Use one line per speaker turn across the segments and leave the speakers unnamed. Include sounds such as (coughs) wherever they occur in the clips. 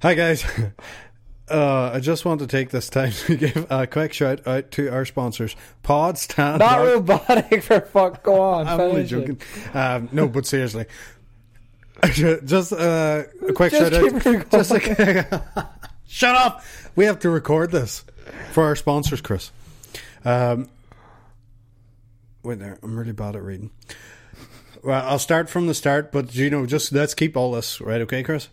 Hi guys. (laughs) Uh, I just want to take this time to (laughs) give a quick shout out to our sponsors, Pod Stand.
Not
Out-
robotic (laughs) for fuck. Go on.
I'm only
finish it.
joking. Um, no, but seriously, (laughs) just uh, a quick shout
Just keep recording.
out. Just like, (laughs) shut up. We have to record this for our sponsors, Chris. Um, wait there. I'm really bad at reading. Well, I'll start from the start, but you know, just let's keep all this right, okay, Chris?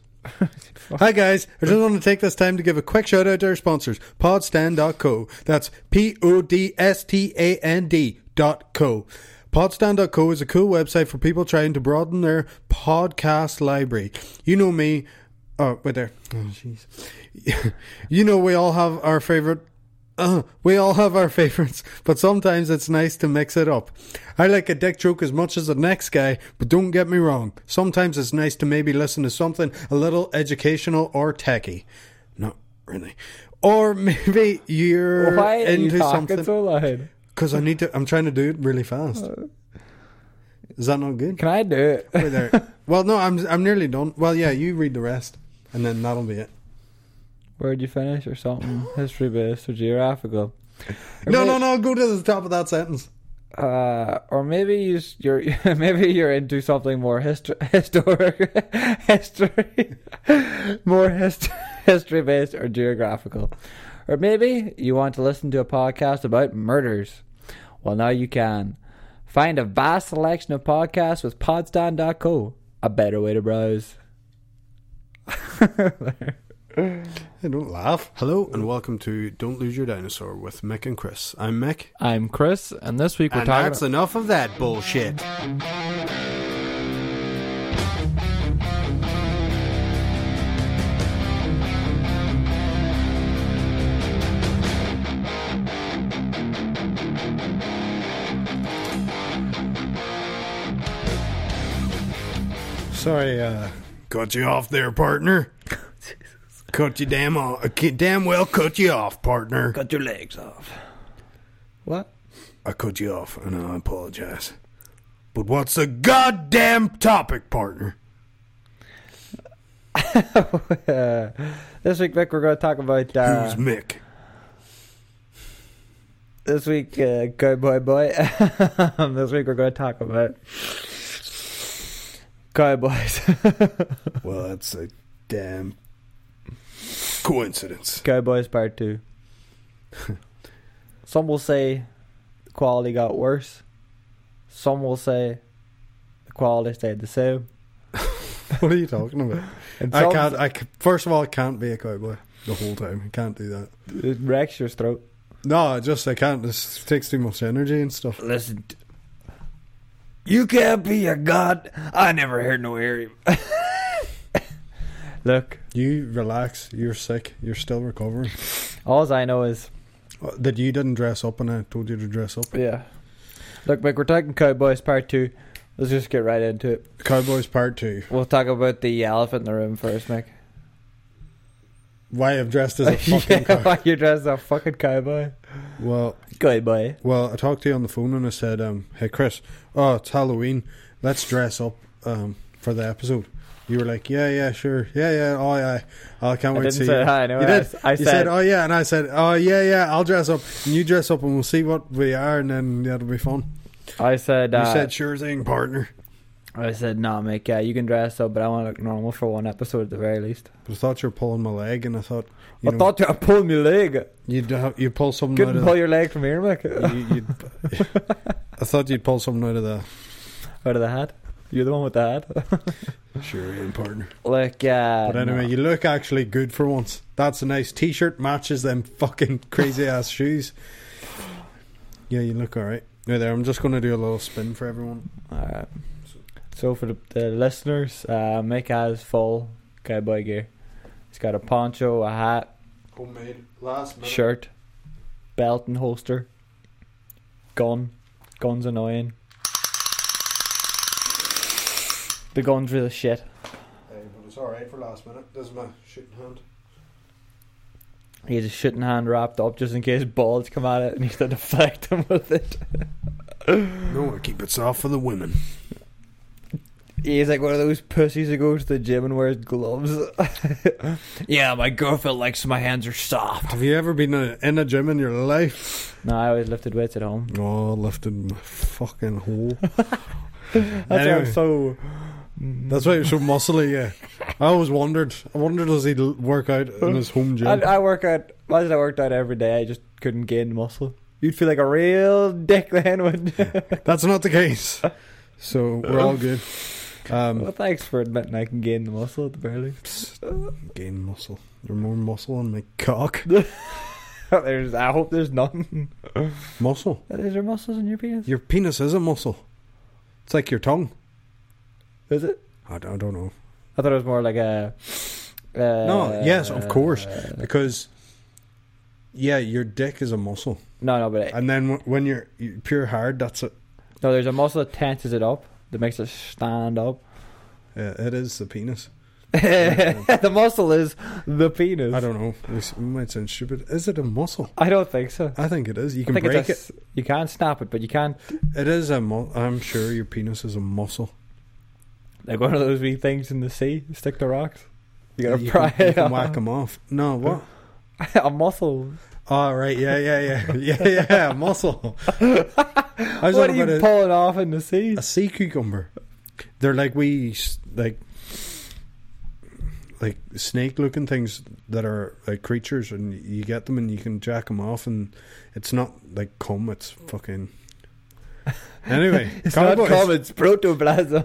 Hi guys, I just want to take this time to give a quick shout out to our sponsors, podstand.co. That's P O D S T A N D dot co. Podstand.co is a cool website for people trying to broaden their podcast library. You know me. Oh, wait there. Oh, jeez. (laughs) you know we all have our favorite uh, we all have our favorites, but sometimes it's nice to mix it up. I like a dick joke as much as the next guy, but don't get me wrong. Sometimes it's nice to maybe listen to something a little educational or techy. Not really. Or (laughs) maybe you're
Why are
into
you talking
something.
so Uh. loud?
Because I need to. I'm trying to do it really fast. Is that not good?
Can I do it? (laughs)
Wait there. well, no, I'm I'm nearly done. Well, yeah, you read the rest, and then that'll be it.
Where'd you finish or something? History based or geographical? Or
No,
may-
no, no. Go to the top of that sentence.
Uh, or maybe you, s- you're (laughs) maybe you're into something more histo- (laughs) historic, history, (laughs) more hist- (laughs) history based or geographical, or maybe you want to listen to a podcast about murders. Well, now you can find a vast selection of podcasts with Podstand.co, a better way to browse. (laughs)
Hey, don't laugh. Hello and welcome to Don't Lose Your Dinosaur with Mick and Chris. I'm Mick.
I'm Chris, and this week we're
and
talking.
that's enough of that bullshit. Sorry, uh, cut you off
(laughs)
there, partner. Cut you damn off. Damn well cut you off, partner.
Cut your legs off. What?
I cut you off, and I apologize. But what's the goddamn topic, partner?
Uh, (laughs) this week, Vic, we're going to talk about uh,
Who's Mick?
this week, uh, good boy, boy. (laughs) Um, this week we're going to talk about cowboys, (laughs)
Well, that's a damn coincidence.
cowboys part (laughs) two. Some will say the quality got worse. Some will say the quality stayed the same.
(laughs) What are you talking about?
And
I
some-
can't. I ca- first of all, I can't be a cowboy the whole time. I can't do that.
It wrecks your throat.
No, I just I can't. This takes too much energy and stuff.
Listen. You can't be a god. I never heard no Harry. (laughs) Look,
You relax. You're sick. You're still recovering.
all I know is
Uh, That you didn't dress up, and I told you to dress up.
Yeah. Look, Mick, we're talking Cowboys Part 2. Let's just get right into it.
Cowboys Part Two.
We'll talk about the elephant in the room first, Mick.
Why I've dressed as a fucking
(laughs) yeah,
cow.
(laughs) why you dressed as a fucking cowboy?
Well,
Cowboy.
Well, I talked to you on the phone and I said, um, "Hey Chris, oh it's Halloween, let's dress up um, for the episode." You were like, "Yeah, yeah, sure, yeah, yeah, oh yeah, I can't
I
wait to
didn't
see."
say
you.
hi, no.
you
I,
did.
I
you
said,
said, "Oh yeah," and I said, "Oh yeah, yeah, I'll dress up and you dress up and we'll see what we are and then that'll be fun."
I said, uh,
you said, "Sure thing, partner,"
I said, nah, Mick, yeah, you can dress up, but I want to look normal for one episode at the very least.
but I thought you were pulling my leg and I thought, you
I
know,
thought you pulled my leg.
you'd have, you pull something out
Couldn't
of
pull your leg from here, Mick.
the, you, you'd, I thought you'd pull something out of the
(laughs) Out of the hat. You're the one with the hat.
sure thing, partner.
Like, uh, yeah.
But anyway, you look actually good for once. That's a nice t-shirt. Matches them fucking (laughs) crazy ass shoes. Yeah, you look all right. Yeah, there. I'm just going to do a little spin for everyone.
Alright. So for the, the listeners, uh, Mick has full cowboy gear. He's got a poncho, a hat,
Homemade Oh, last
shirt, belt and holster, gun. Gun's annoying. The gun's real shit.
but it's all right for last minute. This is my shooting hand.
He has a shooting hand wrapped up just in case balls come at it and he's to deflect (laughs) them with it.
No, I keep it soft for the women.
He's like one of those pussies who goes to the gym and wears gloves. (laughs) yeah, my girlfriend likes my hands are soft.
Have you ever been in a, in a gym in your life?
No, I always lifted weights at home.
Oh, lifting my fucking hole.
(laughs) That's why I'm
Anyway. Mm-hmm.
so.
That's why you're so muscly, yeah. I always wondered. I wondered does he l- work out in his home gym?
I, I work out. Why did I worked out every day? I just couldn't gain muscle. You'd feel like a real dick then,
(laughs)
wouldn't you?
That's not the (laughs) case. So we're all (laughs) good.
well,
Um,
thanks for admitting I can gain the muscle at the very least.
gain muscle. There's more muscle on my cock.
(laughs) There's, I hope there's none.
(laughs) Muscle.
Is there muscles in your penis?
Your penis is a muscle. It's like your tongue.
Is it?
I don't, I don't know.
I thought it was more like a. Uh,
No, yes, of course. Because, yeah, your dick is a muscle.
no, no, but it,
And then w- when you're, you're pure hard, that's it.
no. There's a muscle that tenses it up that makes it stand up.
Yeah, uh, it is the penis.
(laughs) the muscle is the penis.
I don't know. This might sound stupid. Is it a muscle?
I don't think so.
I think it is. You
I
can
think
break it.
it's a, it. You can't snap it, but you can't
It is a mu- I'm sure your penis is a muscle.
like one of those wee things in the sea. Stick to rocks. You gotta
you
pry
can, you
it
can
off.
whack 'em (laughs) off. No, what?
a muscle.
Oh, right. Yeah, yeah, yeah. (laughs) Yeah, yeah. a Muscle. I was
What are
on
you
about a-
pulling off in the sea?
a sea cucumber. They're like we like like snake looking things that are like creatures, and you get them and you can jack them off, and it's not like cum, it's fucking.
(laughs)
Anyway,
It's
cowboys,
not common. It's protoplasm.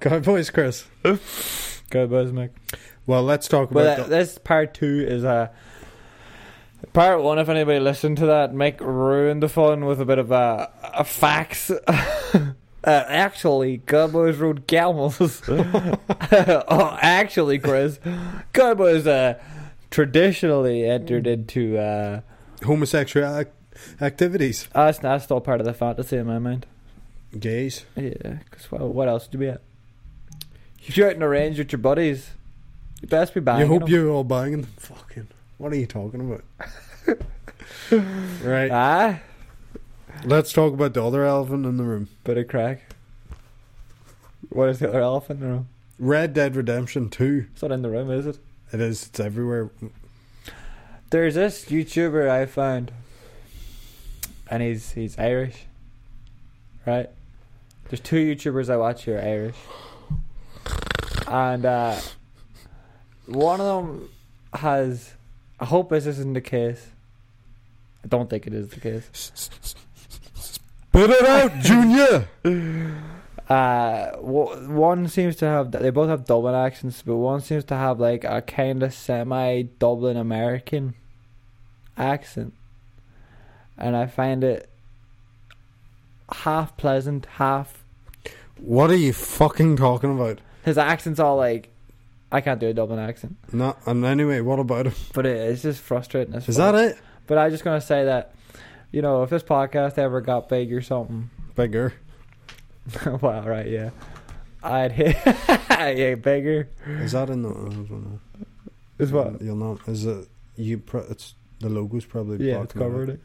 (laughs)
cowboys, Chris.
Go, Buzz, Mick.
Well, let's talk
Well,
about
that,
the-
this part two is a part one. If anybody listened to that, Mick ruined the fun with a bit of a, a facts. (laughs) uh, actually, cowboys rode camels. (laughs) oh, actually, Chris, cowboys uh, traditionally entered into. Uh,
homosexual ac- activities.
that's, that's still part of the fantasy in my mind.
Gays.
Yeah, because what, what else do we have? If you're out in a range with your buddies, you best be
you
banging
hope
'em.
you're all banging. them. Fucking. What are you talking
(laughs)
about? right.
ah,
Let's talk about the other elephant in the room.
bit of crack. What is the other elephant in the room?
Red Dead Redemption Two.
It's not in the room, is it?
It is. It's everywhere.
There's this YouTuber I found, and he's he's Irish, right? There's two YouTubers I watch who are Irish, and uh, one of them has. I hope this isn't the case. I don't think it is the case.
Put it
(laughs)
out, Junior.
Uh, w- one seems to have they both have Dublin accents, but one seems to have like a kind of semi Dublin American accent, and I find it half pleasant, half
What are you fucking talking about?
his accent's all like I can't do a Dublin accent,
No. And anyway, what about him?
but it, it's just frustrating. as
Is
fuck.
that it?
But I'm just gonna say that you know if this podcast ever got big or something, (laughs)
Bigger.
wow, right, yeah, I'd hit (laughs) yeah bigger.
Is that in the? I don't know.
Is what?
You'll not. Is it? You. Pro, it's the logo's probably.
Yeah, it's
blocking it out.
covered it.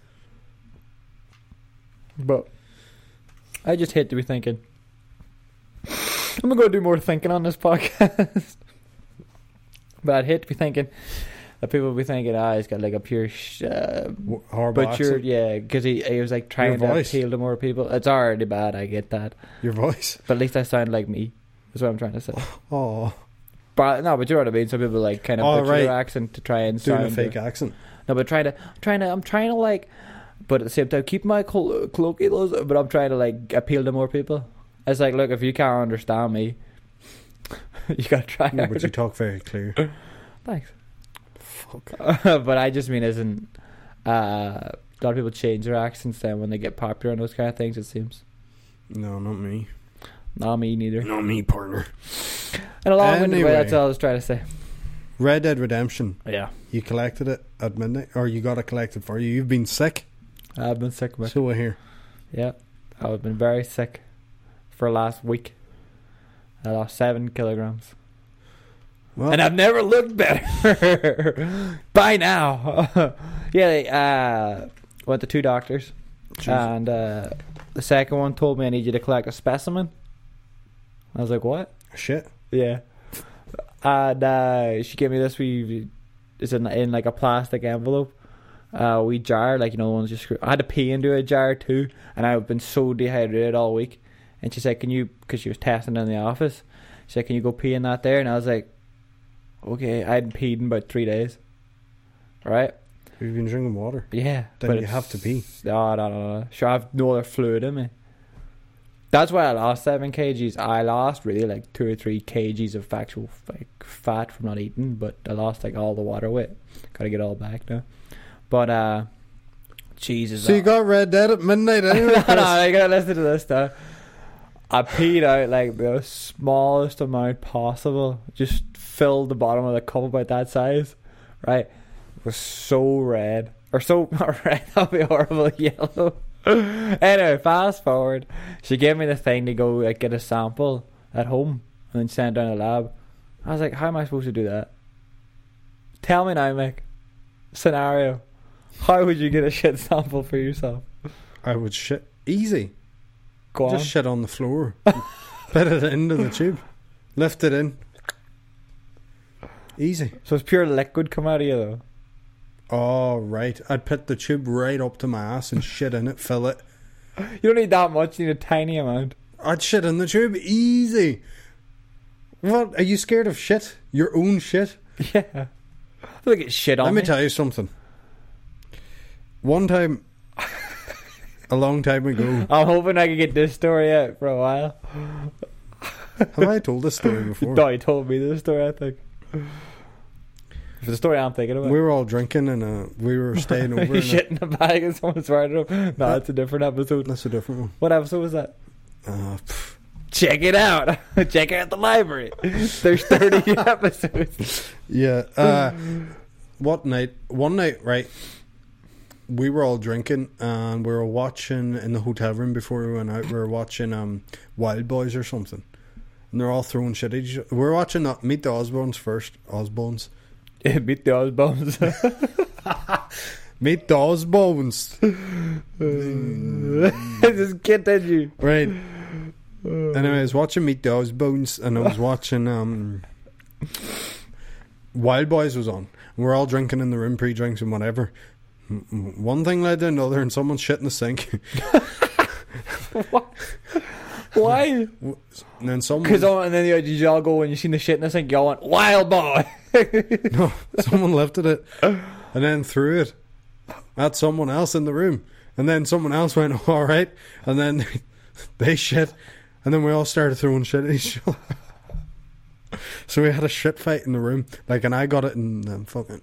But I just hate to be thinking. I'm gonna go do more thinking on this podcast. (laughs) but I'd hate to be thinking that people would be thinking, "Ah, he's got like a pure sh- uh,
W- Horrible
butcher."
accent.
Yeah, because he he was like trying to
voice.
appeal to more people. It's already bad. I get that,
Your voice. (laughs)
but at least I sound like me. Is what I'm trying to say.
Oh,
But no, but you know what I mean. Some people like kind of
Oh,
butcher their
right.
accent to try and
doing
sound
a fake accent.
no, but trying to, trying to, I'm trying to like, but at the same time keep my col- colloquialism. But I'm trying to like appeal to more people. It's like, look, if you can't understand me, (laughs) you gotta try.
No, but
harder. (laughs)
you talk very clear.
Thanks. (laughs)
Fuck.
but I just mean, isn't uh, a lot of people change their accents then when they get popular and those kind of things? It seems.
No, not me.
Not me neither.
Not me, partner.
In a long-winded way,
Anyway.
that's all I was trying to say.
Red Dead Redemption.
Yeah,
You collected it at midnight, or you got it collected for you. You've been sick,
I've been sick, but
so we're here.
yeah, I've been very sick for last week. I lost seven kilograms.
Well,
and I've never looked better (laughs) by now. (laughs) yeah, they uh, went to two doctors,
Jesus.
Ah. and uh, the second one told me I need you to collect a specimen I was like, what?
Shit.
Yeah. And uh, she gave me this wee. It's in, in like a plastic envelope. Uh, wee jar, like you know, ones you screw. I had to pee into a jar too, and I've been so dehydrated all week. And she said, "Can you?" Because she was testing in the office. She said, "Can you go pee in that there?" And I was like, "Okay." I hadn't peed in about three days. Right?
You've been drinking water.
Yeah.
Then
but
you
it's-
have to pee.
No, no, no, no. Sure, I've no other fluid in me. That's why I lost seven kgs. I lost really like two or three kgs of actual like fat from not eating, but I lost like all the water weight. Got to get all back now. But uh, Jesus.
So you
I-
got Red Dead at
(laughs)
midnight anyway.
no,
Chris.
no, you gotta listen to this stuff. I peed out like the smallest amount possible. Just filled the bottom of the cup about that size. Right? It was so red. Or so (laughs) not red, that'd be horrible (laughs) yellow. anyway, fast forward. She gave me the thing to go like get a sample at home and then send it down to the lab. I was like, How am I supposed to do that? Tell me now, Mick. Scenario. How would you get a shit sample for yourself?
I would shit easy.
Go on.
Just shit on the
(laughs)
floor. Put it into the tube. Lift it in. Easy.
So it's pure liquid come out of you though.
Oh right. I'd put the tube right up to my ass and shit in it, fill it.
You don't need that much. You need a tiny amount. (laughs)
I'd shit in the tube. Easy. What are you scared of shit? Your own shit?
Yeah. I feel like it's shit on
Let
me.
me tell you something. One time (laughs) a long time
(laughs)
ago
I'm hoping I can get this story out for a while.
have I told this story
You
before?
thought you told me this story, I think. It's the story I'm thinking about. (laughs)
We were all drinking and uh, we were staying over.
you
in a,
shit in a bag and someone's wearing it up. No, that's a different episode.
that's a different one.
What episode was that?
Uh, pff,
Check it out. (laughs) Check out the library. There's
(laughs)
30 episodes.
yeah. Uh, what night? One night, right? We were all drinking and we were watching in the hotel room before we went out. We were watching um, Wild Boys or something, and they're all throwing shit. At each We were watching that Meet the Osbournes first. Osbournes.
Yeah, beat the (laughs) Osbones.
Meet the Osbournes.
Just get at you.
Right. And I was watching Meet the Osbones and I was watching um Wild Boys was on. We're all drinking in the room, pre drinks and whatever. M- m- One thing led to another, and someone shit in the sink. (laughs)
Why?
And then someone,
Because and then you, you all go and you seen the shit in the sink, you all went wild boy.
(laughs) no, someone lifted it and then threw it at someone else in the room. And then someone else went, (laughs) all right. And then (laughs) they shit. And then we all started throwing shit at each other. (laughs) So we had a shit fight in the room. Like, and I got it in the fucking.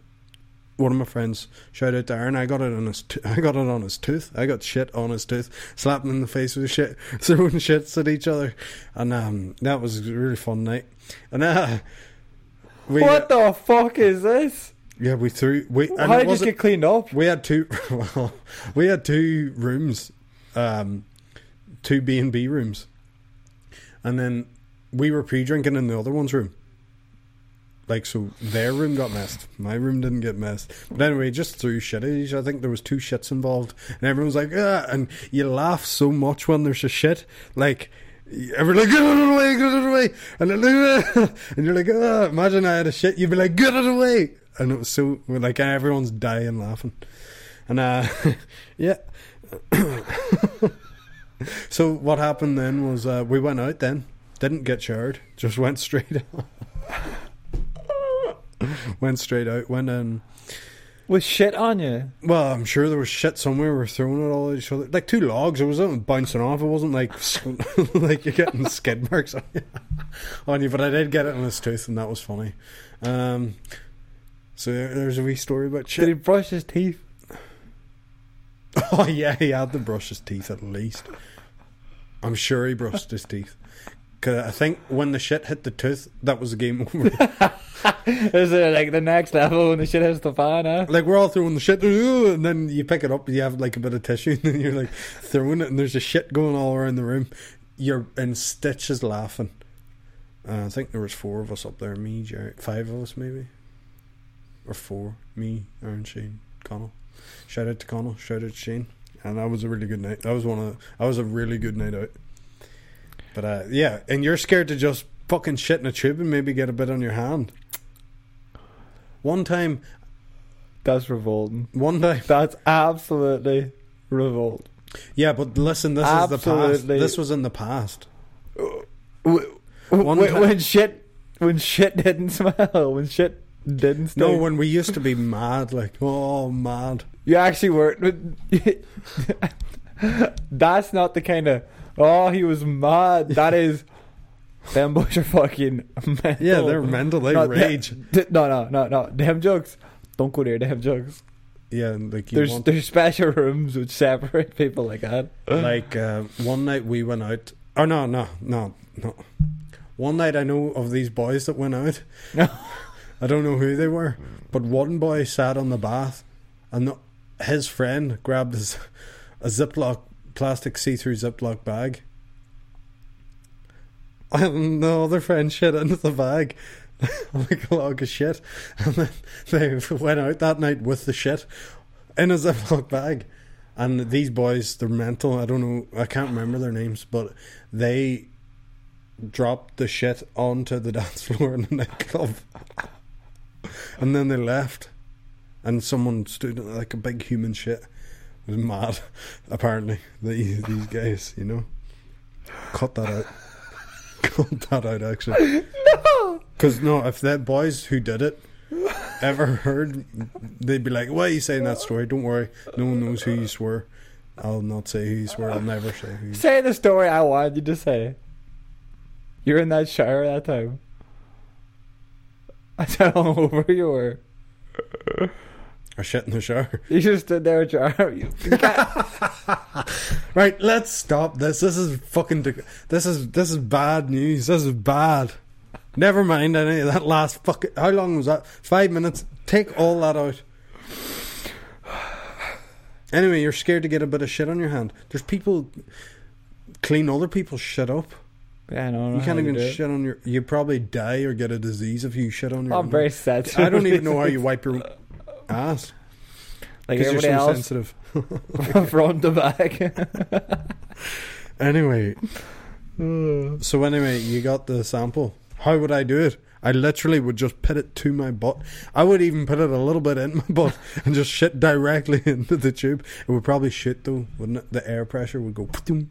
One of my friends, shout out to Aaron, I got it on his, t- I got it on his tooth. I got shit on his tooth, slapping him in the face with shit, (laughs) throwing shits at each other, and um, that was a really fun night. And uh, we,
what the fuck is this?
yeah, we threw. We and
How
it
did you
wasn't-
get cleaned up?
we had two. (laughs) Well, we had two rooms, um, two B and B rooms, and then we were pre-drinking in the other one's room. Like so, their room got messed. My room didn't get messed. But anyway, just through shit at each- I think there was two shits involved, and everyone's like, "Ah!" And you laugh so much when there's a shit, like. Everyone's like, get it away, get it away. And, then, and you're like, ah, imagine I had a shit. You'd be like, get it away. And it was so, like, everyone's dying laughing. And, uh, (laughs) yeah. (coughs) so what happened then was uh, we went out then, didn't get showered, just went straight out. (laughs) went straight out, went in.
With shit on you?
Well, I'm sure there was shit somewhere. We were throwing it all at each other, like two logs. It wasn't bouncing off. It wasn't like (laughs) like you're getting skid marks on you. (laughs) on you. But I did get it on his tooth, and that was funny. Um, so there- there's a wee story about
Did he
shit.
brush his teeth? (laughs)
(laughs) Oh yeah, he had to brush his teeth at least. I'm sure he brushed his teeth. 'Cause I think when the shit hit the tooth, that was the game (laughs) over.
Is it like the next level when the shit hits the fan, huh?
Like we're all throwing the shit, (laughs) "Ooh," and then you pick it up. You have like a bit of tissue, (laughs) and then you're like throwing it, and there's just shit going all around the room. You're in stitches laughing. Uh, I think there was four of us up there. Me, Jerry, five of us maybe, or four. Me, Aaron, Shane, Connell. Shout out to Connell. Shout out to Shane. And that was a really good night. That was one of. The, that was a really good night out. But uh, yeah, and you're scared to just fucking shit in a tube and maybe get a bit on your hand. One time,
That's revolting.
one time.
That's absolutely revolt.
Yeah, but listen, this is the past.
Absolutely.
This was in the past.
W-
One
w-
ti-
when shit, when shit didn't (laughs) smell, when shit didn't
No,
smell.
when we used to be mad, like oh mad.
you actually weren't. (laughs) That's not the kind of. Oh, he was mad. That is. Them boys are fucking (laughs) mental.
Yeah, they're mental. Oh, They
Not that-
rage.
D- no, no, no, no. Them jokes. Don't go near them jokes.
Yeah, and like you
There's
want,
there's special rooms which separate (laughs) people like that.
(gasps) like uh, one night we went out. Oh no, no, no, no. One night I know of these boys that went (laughs) out.
No.
I don't know who they were, but one boy sat on the bath, and the, his friend grabbed his a ziploc plastic see-through ziploc bag, and the other friend shit into the bag. (laughs) like a log of shit, and then they went out that night with the shit in a ziploc bag. And these boys, they're mental. I don't know. I can't remember their names, but they dropped the shit onto the (laughs) dance floor in the nightclub. (laughs) And then they left. And someone stood like a big human shit. It was mad, (laughs) apparently. These, these guys, you know. Cut that out. (laughs) Cut that out, actually. No! Because, no, if that boys who did it ever heard, they'd be like, why are you saying that story? Don't worry. No one knows who you swear. I'll not say who you swear. I'll never say who you
Say the story I wanted you to say. You're in that shower that time. That's how (laughs) hungover you were.
I shit in the shower.
You just stood there with your arm. You, you can't-
Right, let's stop this. This is fucking. De- this is this is bad news. This is bad. Never mind any of that last fucking. How long was that? Five minutes. Take all that out. Anyway, you're scared to get a bit of shit on your hand. There's people clean other people's shit up.
yeah, no,
You can't even shit on your. You probably die or get a disease if you shit on your.
I'm
own.
very sad.
I don't even know how
(laughs)
you wipe your ass
Like
because you're so
everybody else,
sensitive.
(laughs) from front to back. (sighs)
Anyway, so anyway, you got the sample. How would I do it? I literally would just put it to my butt. I would even put it a little bit in my (laughs) butt and just shit directly (laughs) into the tube. It would probably shit though, wouldn't it? The air pressure would go. ptoom.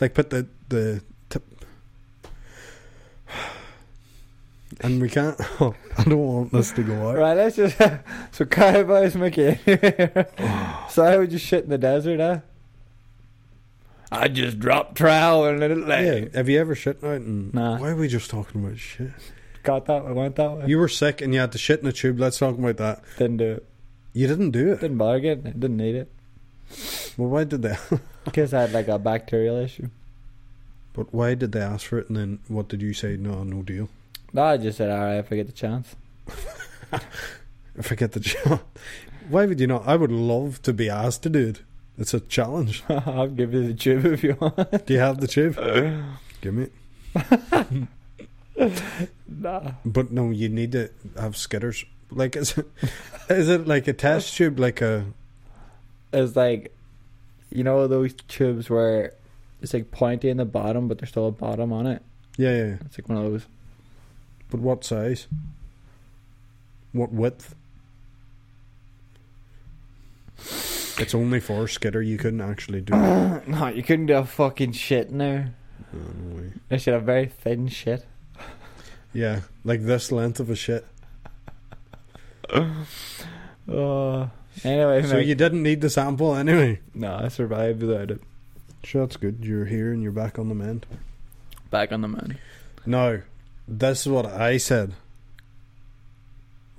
Like put the the tip. (sighs) And we can't. (laughs) oh, I don't want this to go out.
right, let's just. (laughs) So, Cowboys (laughs) McKay. so, how would you shit in the desert, huh? I just dropped trowel and it
Yeah.
lay.
Have you ever shit out? And
Nah.
Why are we just talking about shit?
Got that one, went that one.
You were sick and you had to shit in a tube. Let's talk about that.
Didn't do it.
You didn't do it.
Didn't bother getting it. Didn't need it.
Well, why did they?
Because I had like a bacterial issue.
But why did they ask for it? And then what did you say? No, no deal. (laughs)
No, I just said, all right, if I get the chance. (laughs)
I forget the job. Why would you not? I would love to be asked to do it. It's a challenge. (laughs)
I'll give you the tube if you want. (laughs)
Do you have the tube? Give me. it.
Nah.
But no, you need to have skitters. Like is it, (laughs) is it like a test tube? Like a
It's like, you know, those tubes where it's like pointy in the bottom, but there's still a bottom on it.
yeah, yeah. yeah.
It's like one of those.
But what size? What width? It's only for a skitter. You couldn't actually do
(laughs)
it.
no, you couldn't do a fucking shit in there.
No, Oh, no way.
They should have very thin shit.
Yeah, like this length of a shit.
Uh, anyway,
Oh, So
mate.
you didn't need the sample anyway.
no, I survived without it.
Sure, that's good. You're here and you're back on the mend.
Back on the moon.
No, this is what I said.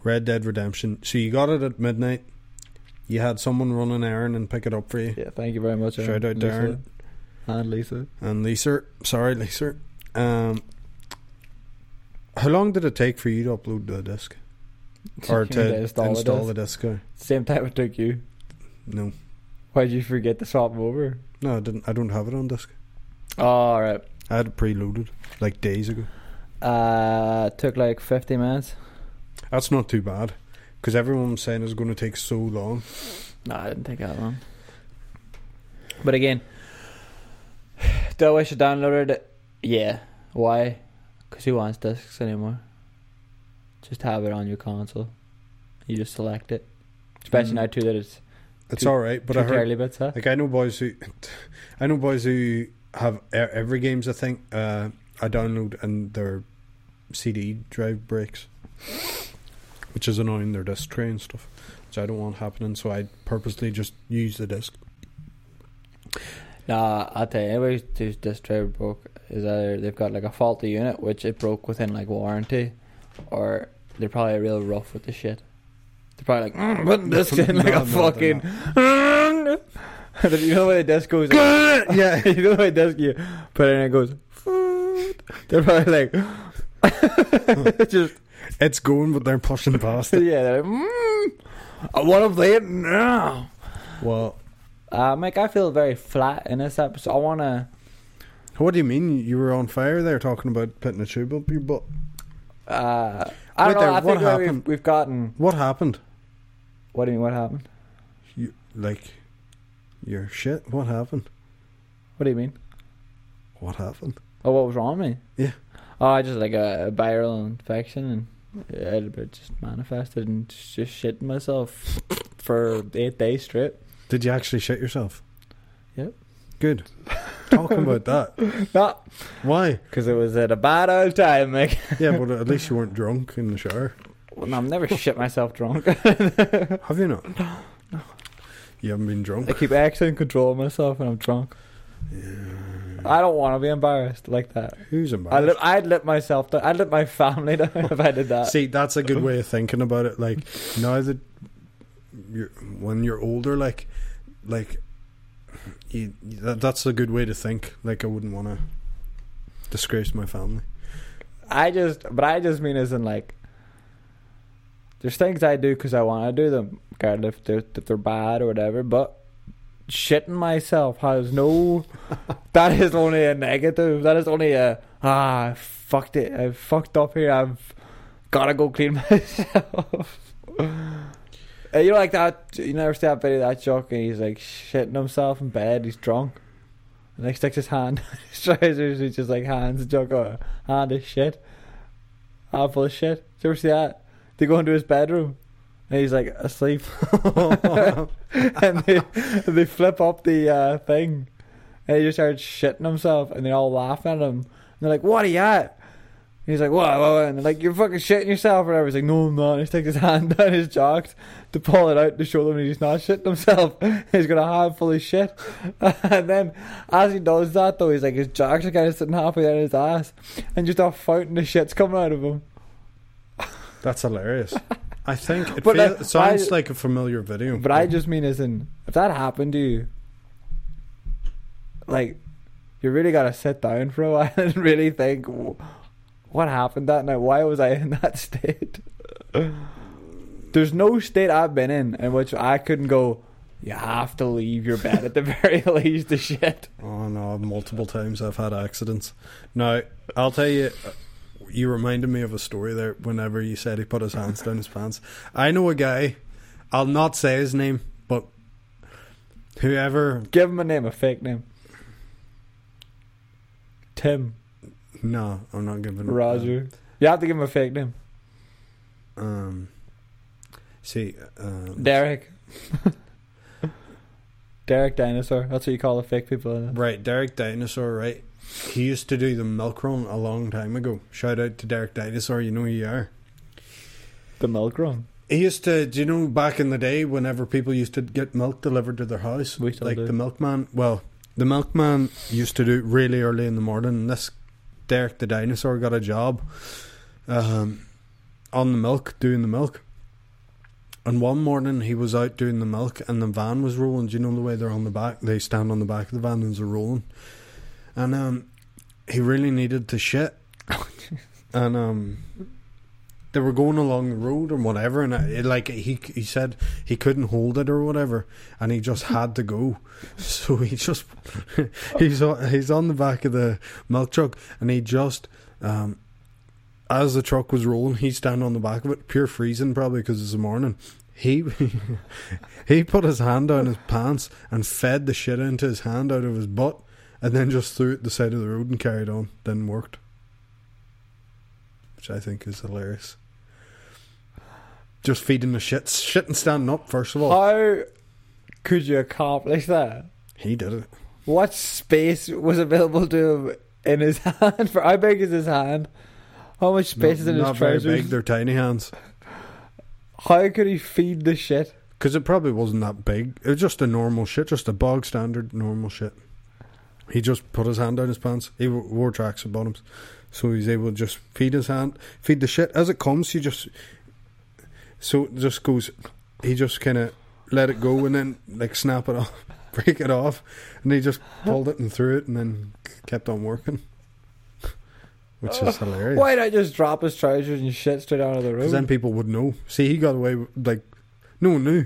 Red Dead Redemption. So you got it at midnight. You had someone run an errand and pick it up for you.
Yeah, thank you very much. Aaron,
Shout out to
Lisa,
Aaron
And (laughs) Lisa.
and Lisa. Sorry, Lisa. Um, how long did it take for you to upload the disc or to, install, the
it.
disc? uh,
Same time it took you.
No,
Why'd you forget to swap them over?
no, I didn't. I don't have it on disc.
Oh, all right.
I had it preloaded like days ago.
Uh, took like 50 minutes.
That's not too bad because everyone was saying it's going to take so long.
No, I didn't take that long. But again, Still wish I downloaded it. Yeah. Why? Because who wants discs anymore? Just have it on your console. You just select it. Especially
Mm.
now too that it's
It's
Two-
all right, but
two
I heard
terabits, huh?
like I know boys who I know boys who have e- every games. I think uh, I download and their CD drive breaks, which is annoying their disc tray and stuff, which I don't want happening. So I purposely just use the disc.
Nah, I'll tell you, anybody whose disc drive broke is either they've got like a faulty unit, which it broke within like warranty, or they're probably real rough with the shit. They're probably like, mm, putting (laughs) disc in like
No,
a
no,
fucking. (laughs) you know where the disc goes? (laughs)
yeah.
you know where the disc you put it in and it goes. (laughs) They're probably like, (laughs) just
It's going, but they're pushing
(laughs)
past it.
yeah. They're like, mm, I want to play it now.
Well,
Uh, Mike, I feel very flat in this episode. I wanna.
what do you mean? You were on fire there talking about putting a tube up your butt.
Uh, I
Wait
don't know.
there,
I
what
think that we've,
happened?
we've gotten.
What happened?
What do you mean? What happened?
You like your shit? What happened?
What do you mean?
What happened?
Oh, what was wrong with me?
Yeah.
Oh, I just like a, a viral infection and it, it just manifested and just shitting myself for eight days straight.
Did you actually shit yourself?
Yep.
Good. Talking about that.
(laughs) Because
Why?
it was at a bad old time, Mike.
Yeah, but at least you weren't drunk in the shower.
Well, no, I've never shit myself (laughs) drunk.
Have you not? You haven't been drunk.
I keep acting control of myself when I'm drunk. I don't want to be embarrassed like that.
Who's
I
embarrassed?
let, I'd let myself down. I'd let my family down (laughs) if I did that.
See, that's a good way of thinking about it. Like now that you're when you're older, like like you, that, that's a good way to think. Like I wouldn't want to disgrace my family. (laughs)
I just, but I just mean as in like, there's things I do because I want to do them, regardless if they're, if they're bad or whatever. But shitting myself has no. that is only a negative. That is only a ah, I fucked it. I fucked up here. I've gotta go clean (laughs) myself. Uh, you know, like that. You never see that video of that jock, and he's like shitting himself in bed. He's drunk. And he sticks his hand (laughs) in his trousers. He's just like hands jock or hand of shit, hand full of shit. Did you ever see that? They go into his bedroom, and he's like asleep. (laughs) and they they flip up the uh, thing, and he just starts shitting himself, and they're all laughing at him. And they're like, "What are you at?" And he's like, "What?" what?" And they're like, "You're fucking shitting yourself," or whatever. He's like, "No, I'm not." And he sticks his (laughs) hand down his jocks to pull it out to show them he's not shitting himself. (laughs) He's got a hand full of shit, (laughs) and then as he does that though, he's like his jocks are kind of sitting halfway down his ass, and just a fountain of shit's coming out of him.
That's hilarious. I think it,
But,
feel-
like,
it sounds
I-
like a familiar video.
But I just mean as in if that happened to you like you really gotta sit down for a while (laughs) and really think "W- what happened that night? Why was I in that (laughs) state? There's no state I've been in in which I couldn't go you have to leave your bed at the (laughs) very least to shit.
Oh no! Multiple times I've had accidents. Now I'll tell you, you reminded me of a story there. Whenever you said he put his hands down his pants, I know a guy. I'll not say his name, but whoever.
Give him a name, a fake name. Tim,
No, I'm not giving.
Roger. You have to give him a fake name.
Um. See, um,
Derek. (laughs) Derek Dinosaur. That's what you call the fake people. isn't it?
right, Derek Dinosaur. Right, he used to do the milk run a long time ago. Shout out to Derek Dinosaur. You know who you are.
The milk run.
He used to, do you know, back in the day, whenever people used to get milk delivered to their house,
We still
like
do.
the milkman. Well, the milkman used to do it really early in the morning. And this Derek the dinosaur got a job um, on the milk, doing the milk. And one morning he was out doing the milk, and the van was rolling. Do you know the way they're on the back? They stand on the back of the van and they're rolling. And um, he really needed to
(laughs)
shit, and um they were going along the road and whatever, and it, like he he said he couldn't hold it or whatever, and he just had to go. (laughs) So he just (laughs) he's on, he's on the back of the milk truck, and he just um, as the truck was rolling, he's standing on the back of it, pure freezing probably because it's the morning. He (laughs) he put his hand down his pants and fed the shit into his hand out of his butt. and then just threw it at the side of the road and carried on. Then worked, which I think is hilarious. Just feeding the shit, shit and standing up. First of all,
How could you accomplish that?
he did it.
What space was available to him in his (laughs) hand? For how big is his hand? How much space is
No,
in his
not very
trousers?
big. They're tiny hands.
How could he feed the shit?
Because it probably wasn't that big. It was just a normal shit, just a bog standard normal shit. He just put his hand down his pants. He w- wore tracks and bottoms, so he's able to just feed his hand, feed the shit as it comes. He just so it just goes. He just kind of let it go and then like snap it (laughs) off, break it off, and he just pulled it and threw it and then kept on working, (laughs) which
(laughs)
is hilarious.
Why not just drop his trousers and shit straight out of the road?
Because then people would know. See, he got away with, like, no one knew.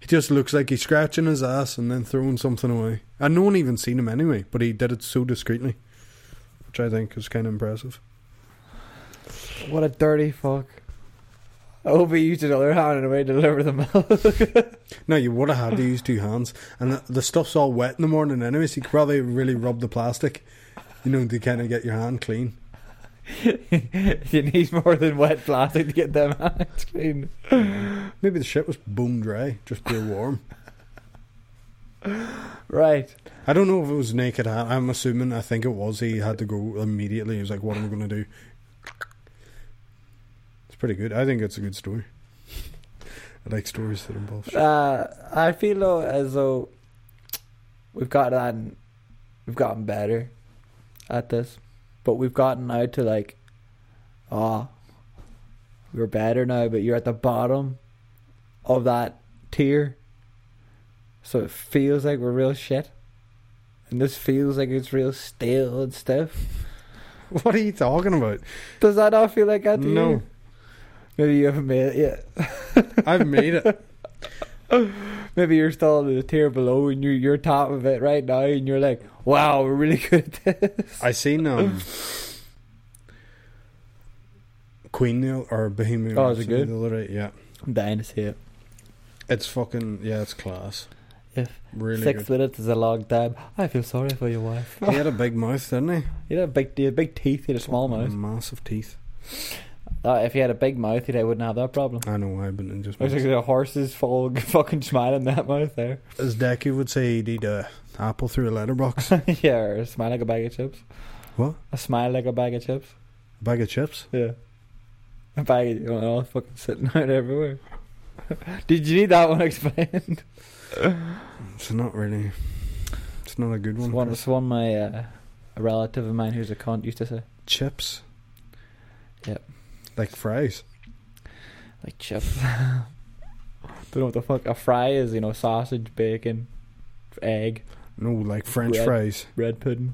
He just looks like he's scratching his ass and then throwing something away. And no one even seen him anyway, but he did it so discreetly, which I think is kind of impressive.
What a dirty fuck. Obi used another hand in a way to deliver the milk. (laughs)
Now, you would have had to use two hands, and the, the stuff's all wet in the morning anyway, so you could probably really rub the plastic, you know, to kind of get your hand clean.
you need more than wet plastic to get them (laughs) hands clean.
Maybe the shit was bone dry, just pure warm.
Right.
I don't know if it was naked hand. I'm assuming, I think it was. He had to go immediately. He was like, what am I going to do? It's pretty good. I think it's a good story. I like stories that involve shit. (laughs)
Uh, I feel though as though we've gotten we've gotten better at this, but we've gotten now to like, ah, we're better now, but you're at the bottom of that tier, so it feels like we're real shit, and this feels like it's real stale and stiff.
What are you talking about?
Does that not feel like that to
No.
you? Maybe you haven't made it yet.
I've made
(laughs)
it.
Maybe you're still in the tier below and you you're top of it right now and you're like, wow, we're really good at this.
I seen um, Queen the- or Bohemian.
Oh, is it
Rhapsody
good?
the other day. Yeah,
(laughs) I'm dying to see it.
it's fucking yeah, it's class.
If
Really
six
good.
minutes is a long time, I feel sorry for your wife.
He had a big mouth, didn't he?
You had a big, you had big teeth, you had a small mouth.
Massive teeth.
Uh, if you had a big mouth, you wouldn't have that problem.
I know. I've been in just.
Looks like the horse's full (laughs) fucking smile in that mouth there.
As Decky would say, he'd eat a apple through a letterbox.
(laughs) (laughs) yeah, or a smile like a bag of chips.
What?
A smile like a bag of chips.
bag of chips.
Yeah. A bag of, oh, all fucking sitting out everywhere. (laughs) Did you need that one (laughs) explained?
It's not really. It's not a good one.
It's one, it's one my uh, a relative of mine who's a cunt used to say,
Chips.
Yep.
Like fries.
like chip. (laughs) Don't know what the fuck a fry is. You know, sausage, bacon, egg,
No, like French
Red.
fries.
red pudding,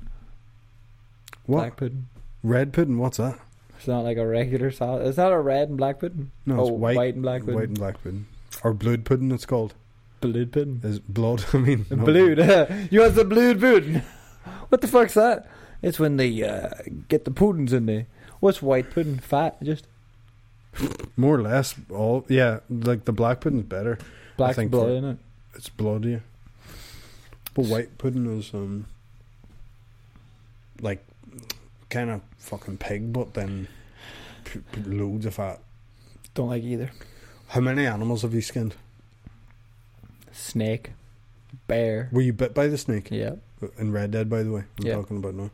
What?
black pudding.
Red pudding? What's that?
It's not like a regular sausage. It's not a red and black pudding.
No,
oh,
it's white,
and black pudding.
white and black pudding. Or blood pudding, it's called.
Blood pudding.
Is blood? (laughs) I mean,
(laughs)
not
Blood. you want the blood pudding? (laughs) what the fuck's that? It's when they uh, get the puddings in there. What's white pudding? Fat, just
More or less, all yeah. Like the black pudding's better.
black
think
blood
for-
in it.
It's bloodier. But white pudding is um, like kind of fucking pig, but then p- p- loads of fat.
Don't like either.
How many animals have you skinned?
Snake, bear.
Were you bit by the snake? Uh,
Yeah.
In Red Dead, by the way, I'm
Yeah.
talking about now.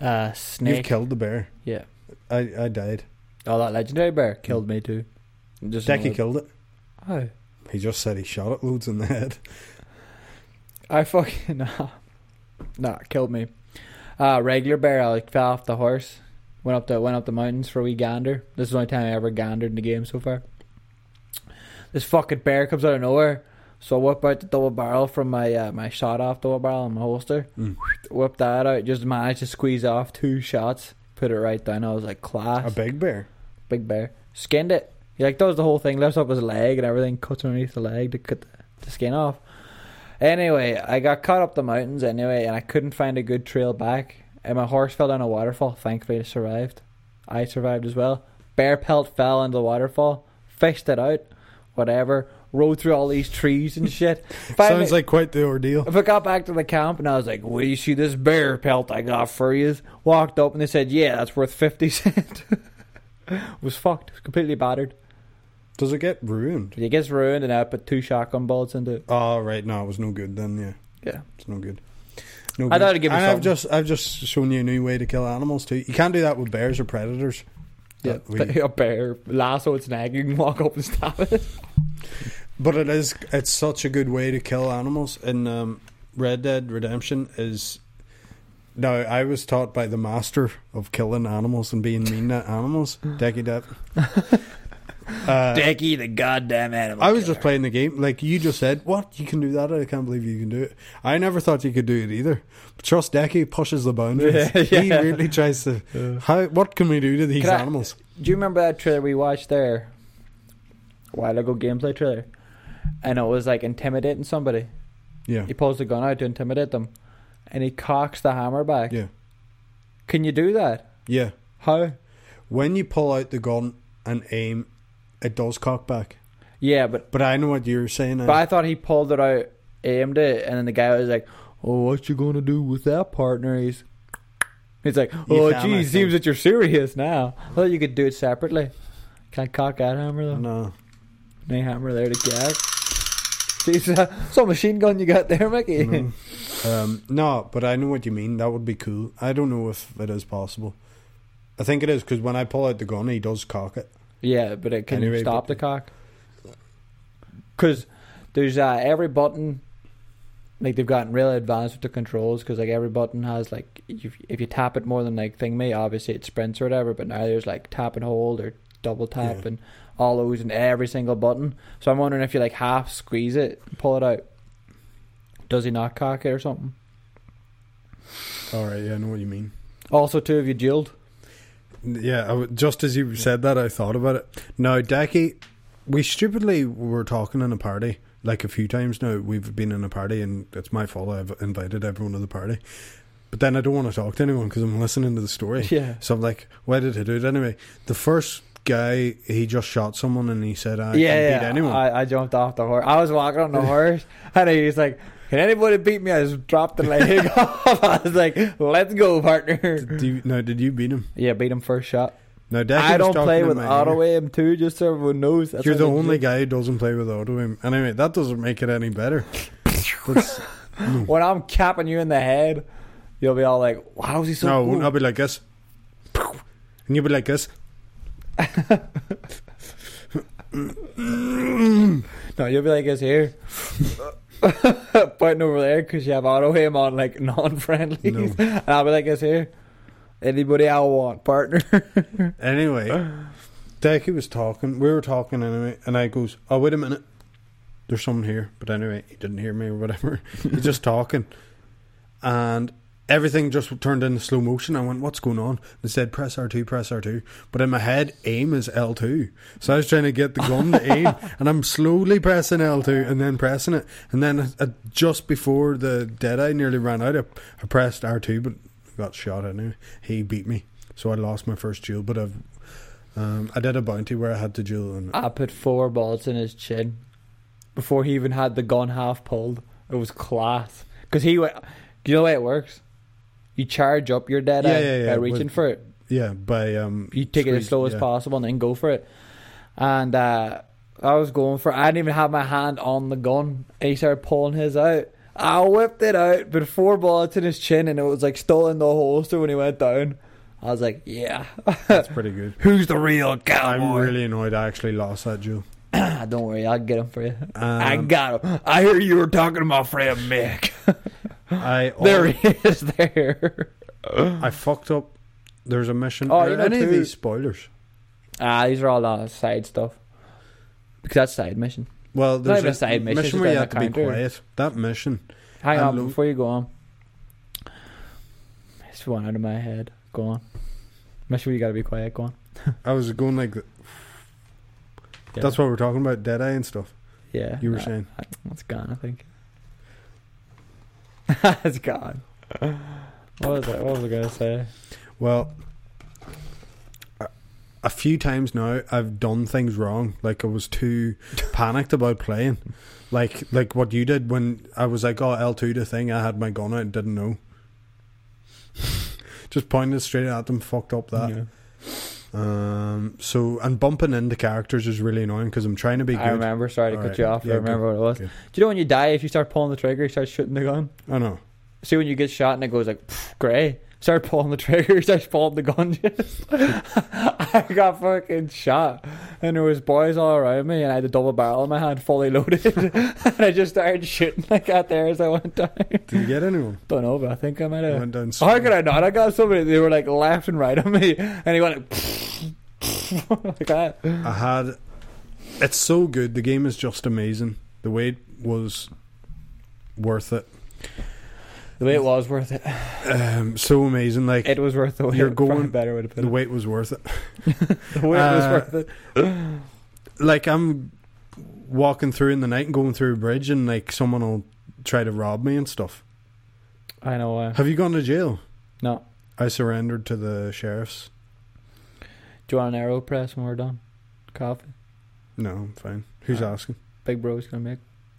Uh,
You've
snake.
killed the bear.
yeah.
I, I died.
Oh, that legendary bear killed me too. Just
Mm. Jackie
another-
killed it.
Oh,
He just said he shot it loads in the head.
I fucking (laughs) nah, nah killed me. Uh, regular bear. I like fell off the horse. Went up the went up the mountains for a wee gander. This is the only time I ever gandered in the game so far. This fucking bear comes out of nowhere. So I whip out the double barrel from my uh, my shot off double barrel in my holster.
Mm.
Whip that out. Just managed to squeeze off two shots. Put it right down. I was like class.
A big bear.
Big Bear. Skinned it. He like does the whole thing, lifts up his leg and everything, cuts underneath the leg to cut the, the skin off. Anyway, I got caught up the mountains anyway, and I couldn't find a good trail back. And my horse fell down a waterfall. Thankfully, it survived. I survived as well. Bear pelt fell into the waterfall. Fished it out. Whatever. rode through all these trees and shit. (laughs)
Sounds like quite the ordeal.
If I got back to the camp and I was like, "Will you see this bear pelt I got for you?" Walked up and they said, "Yeah, that's worth fifty (laughs) cent." was fucked. Was completely battered.
Does it get ruined?
It gets ruined, and I put two shotgun bullets into it.
Oh, right. No, it was no good then. Yeah,
Yeah.
it's no good. No
I thought it'd give me
and I've
something.
just I've just shown you a new way to kill animals too. You can't do that with bears or predators.
Yeah,
That we-
(laughs) a bear lasso its neck. You can walk up and stab it.
But it is it's such a good way to kill animals and um, Red Dead Redemption is now I was taught by the master of killing animals and being mean to
(laughs)
animals, Decky Depp. Uh,
Decky, the goddamn animal.
I was just playing the game, like you just said. What you can do that? I can't believe you can do it. I never thought you could do it either. But trust Decky pushes the boundaries.
(laughs) Yeah,
He
yeah.
really tries
(laughs)
to. How? What can we do to these
Can I-
animals?
Do you remember that trailer we watched there? A while ago, gameplay trailer, and it was like intimidating somebody.
Yeah,
He pulls the gun out to intimidate them, and he cocks the hammer back.
yeah,
Can you do that?
yeah.
How?
When you pull out the gun and aim, it does cock back.
Yeah, but
But I know what you're saying.
but I thought he pulled it out, aimed it, and then the guy was like, "Oh, what you gonna do with that partner?" He's he's like, "Oh,
found my
gee,
thing."
seems that you're serious now." I thought you could do it separately. Can I cock that hammer though?
no,
No hammer there to get. Jesus, (laughs) it's a machine gun you got there, Mickey. (laughs)
no. Um, no, but I know what you mean. That would be cool. I don't know if it is possible. I think it is because when I pull out the gun, he does cock it.
Yeah, but it can
Anyway,
stop
but-
the cock. Because there's uh, every button, like they've gotten really advanced with the controls. Because like every button has like you, if you tap it more than like thing me, obviously it sprints or whatever. But now there's like tap and hold or double tap
Yeah.
and all those and every single button. So I'm wondering if you like half squeeze it, pull it out, does he not cock it or something?
All right, yeah, I know what you mean.
Also, too, if
(laughs)
you dueled,
Yeah, I w- just as you said that, I thought about it. Now, Decky, we stupidly were talking in a party like a few times now. We've been in a party, and it's my fault. I've invited everyone to the party, but then I don't want to talk to anyone because I'm listening to the story.
Yeah.
So I'm like, why did he do it anyway? The first guy, he just shot someone, and he said, "I
yeah,
can
yeah.
beat anyone."
I, I jumped off the horse. I was walking on the horse, and he was like, "Can anybody beat me?" I just dropped the leg (laughs) off. I was like, "Let's go, partner."
Do you, now, did you beat him?
Yeah, beat him first shot.
Now, Decky
I
was
don't
talking
play
in
with
my
auto
ear.
aim too, just so everyone knows. That's
You're
what
the
I do.
only guy who doesn't play with auto aim. Anyway, that doesn't make it any
(laughs)
better. That's-
When I'm capping you in the head, you'll be all like, "How is he so?"
no,
cool?"
I'll be like this. And you'll be like this.
No, you'll be like, "It's here." (laughs) Pointing over there because you have auto aim on like non-friendly,
No.
and I'll be like, "It's here." Anybody I want, partner. Uh.
Anyway, Decky was talking. We were talking anyway. And I goes, oh, wait a minute. There's someone here. But anyway, he didn't hear me or whatever. (laughs) He's just talking. And everything just turned into slow motion. I went, what's going on? They said, press R2, press R2. But in my head, aim is L2. So I was trying to get the gun to
(laughs)
aim. And I'm slowly pressing L2 and then pressing it. And then uh, just before the dead eye nearly ran out, I, I pressed R2, but got shot anyway. He beat me. So I lost my first duel. But I've, um, I did a bounty where I had to duel. And
I put four bullets in his chin before he even had the gun half pulled. It was class. Because he went. You know the way it works? You charge up your dead
Yeah,
eye
yeah, yeah,
by reaching
with-
for it.
yeah, by. Um,
You take it as
squeeze-
slow as
yeah.
possible and then go for it. And uh, I was going for I didn't even have my hand on the gun. And he started pulling his out. I whipped it out, but four bullets in his chin, and it was like still in the holster when he went down. I was like, yeah.
(laughs) That's pretty good.
Who's the real cowboy?
I'm really annoyed. I actually lost that duel.
(coughs) Don't worry, I'll get him for you. I
Um,
got him. I hear you were talking to my friend Mick.
(laughs) I
(laughs) there he is. There.
I fucked up. There's a mission.
Oh,
Are
you know
any of
too-
these spoilers?
Ah, these are all uh, side stuff. Because that's side mission.
Well, there's
even a side mission, it's
where
just
you
like
have to
a
be
counter.
quiet. That mission.
Hang
And
on,
Luke-
before you go on. It's one out of my head. Go on. Make sure you gotta be quiet. Go on.
I was going like. th-
Yeah.
That's what we're talking about, Deadeye and stuff.
Yeah.
You were
uh,
saying.
It's gone, I
(laughs)
think. it's gone. What was I? What was I gonna say?
Well, I, a few times now I've done things wrong. Like I was
(laughs)
too panicked about playing. Like like what you did when I was like, oh L two the thing, I had my gun out and didn't know. (laughs) Just pointed straight at them, fucked up that.
Yeah.
Um. So and bumping into characters is really annoying because I'm trying to be
I
good.
remember. Sorry to cut
Alright.
you off.
Yeah,
I remember what it was.
good.
Do you know when you die, if you start pulling the trigger, you start shooting the gun?
I know.
See when you get shot and it goes like pff, grey. Start pulling the trigger. (laughs) Start pulling the gun. (laughs) Just I got fucking shot, and there was boys all around me, and I had a double barrel in my hand, fully loaded, (laughs) and I just started shooting like out there as I went down.
Did you get
(laughs)
anyone?
Don't know, but I think I might
I
have.
went down.
How could Oh, I not? I got somebody. They were like left and right on me, and he went like, (laughs) like that.
I had. It's so good. The game is just amazing. The wait was worth it.
The way it was worth it.
Um, so amazing. Like
It was worth the wait.
You're
Probably
going-
better would have been.
the wait was worth it.
The wait was
uh,
worth it.
Like I'm walking through in the night and going through a bridge, and like someone will try to rob me and stuff.
I know. Uh,
Have you gone to jail?
no.
I surrendered to the sheriffs.
Do you want an arrow press when we're done? Coffee.
No, I'm fine. Who's
Uh,
asking?
Big Bro's gonna make.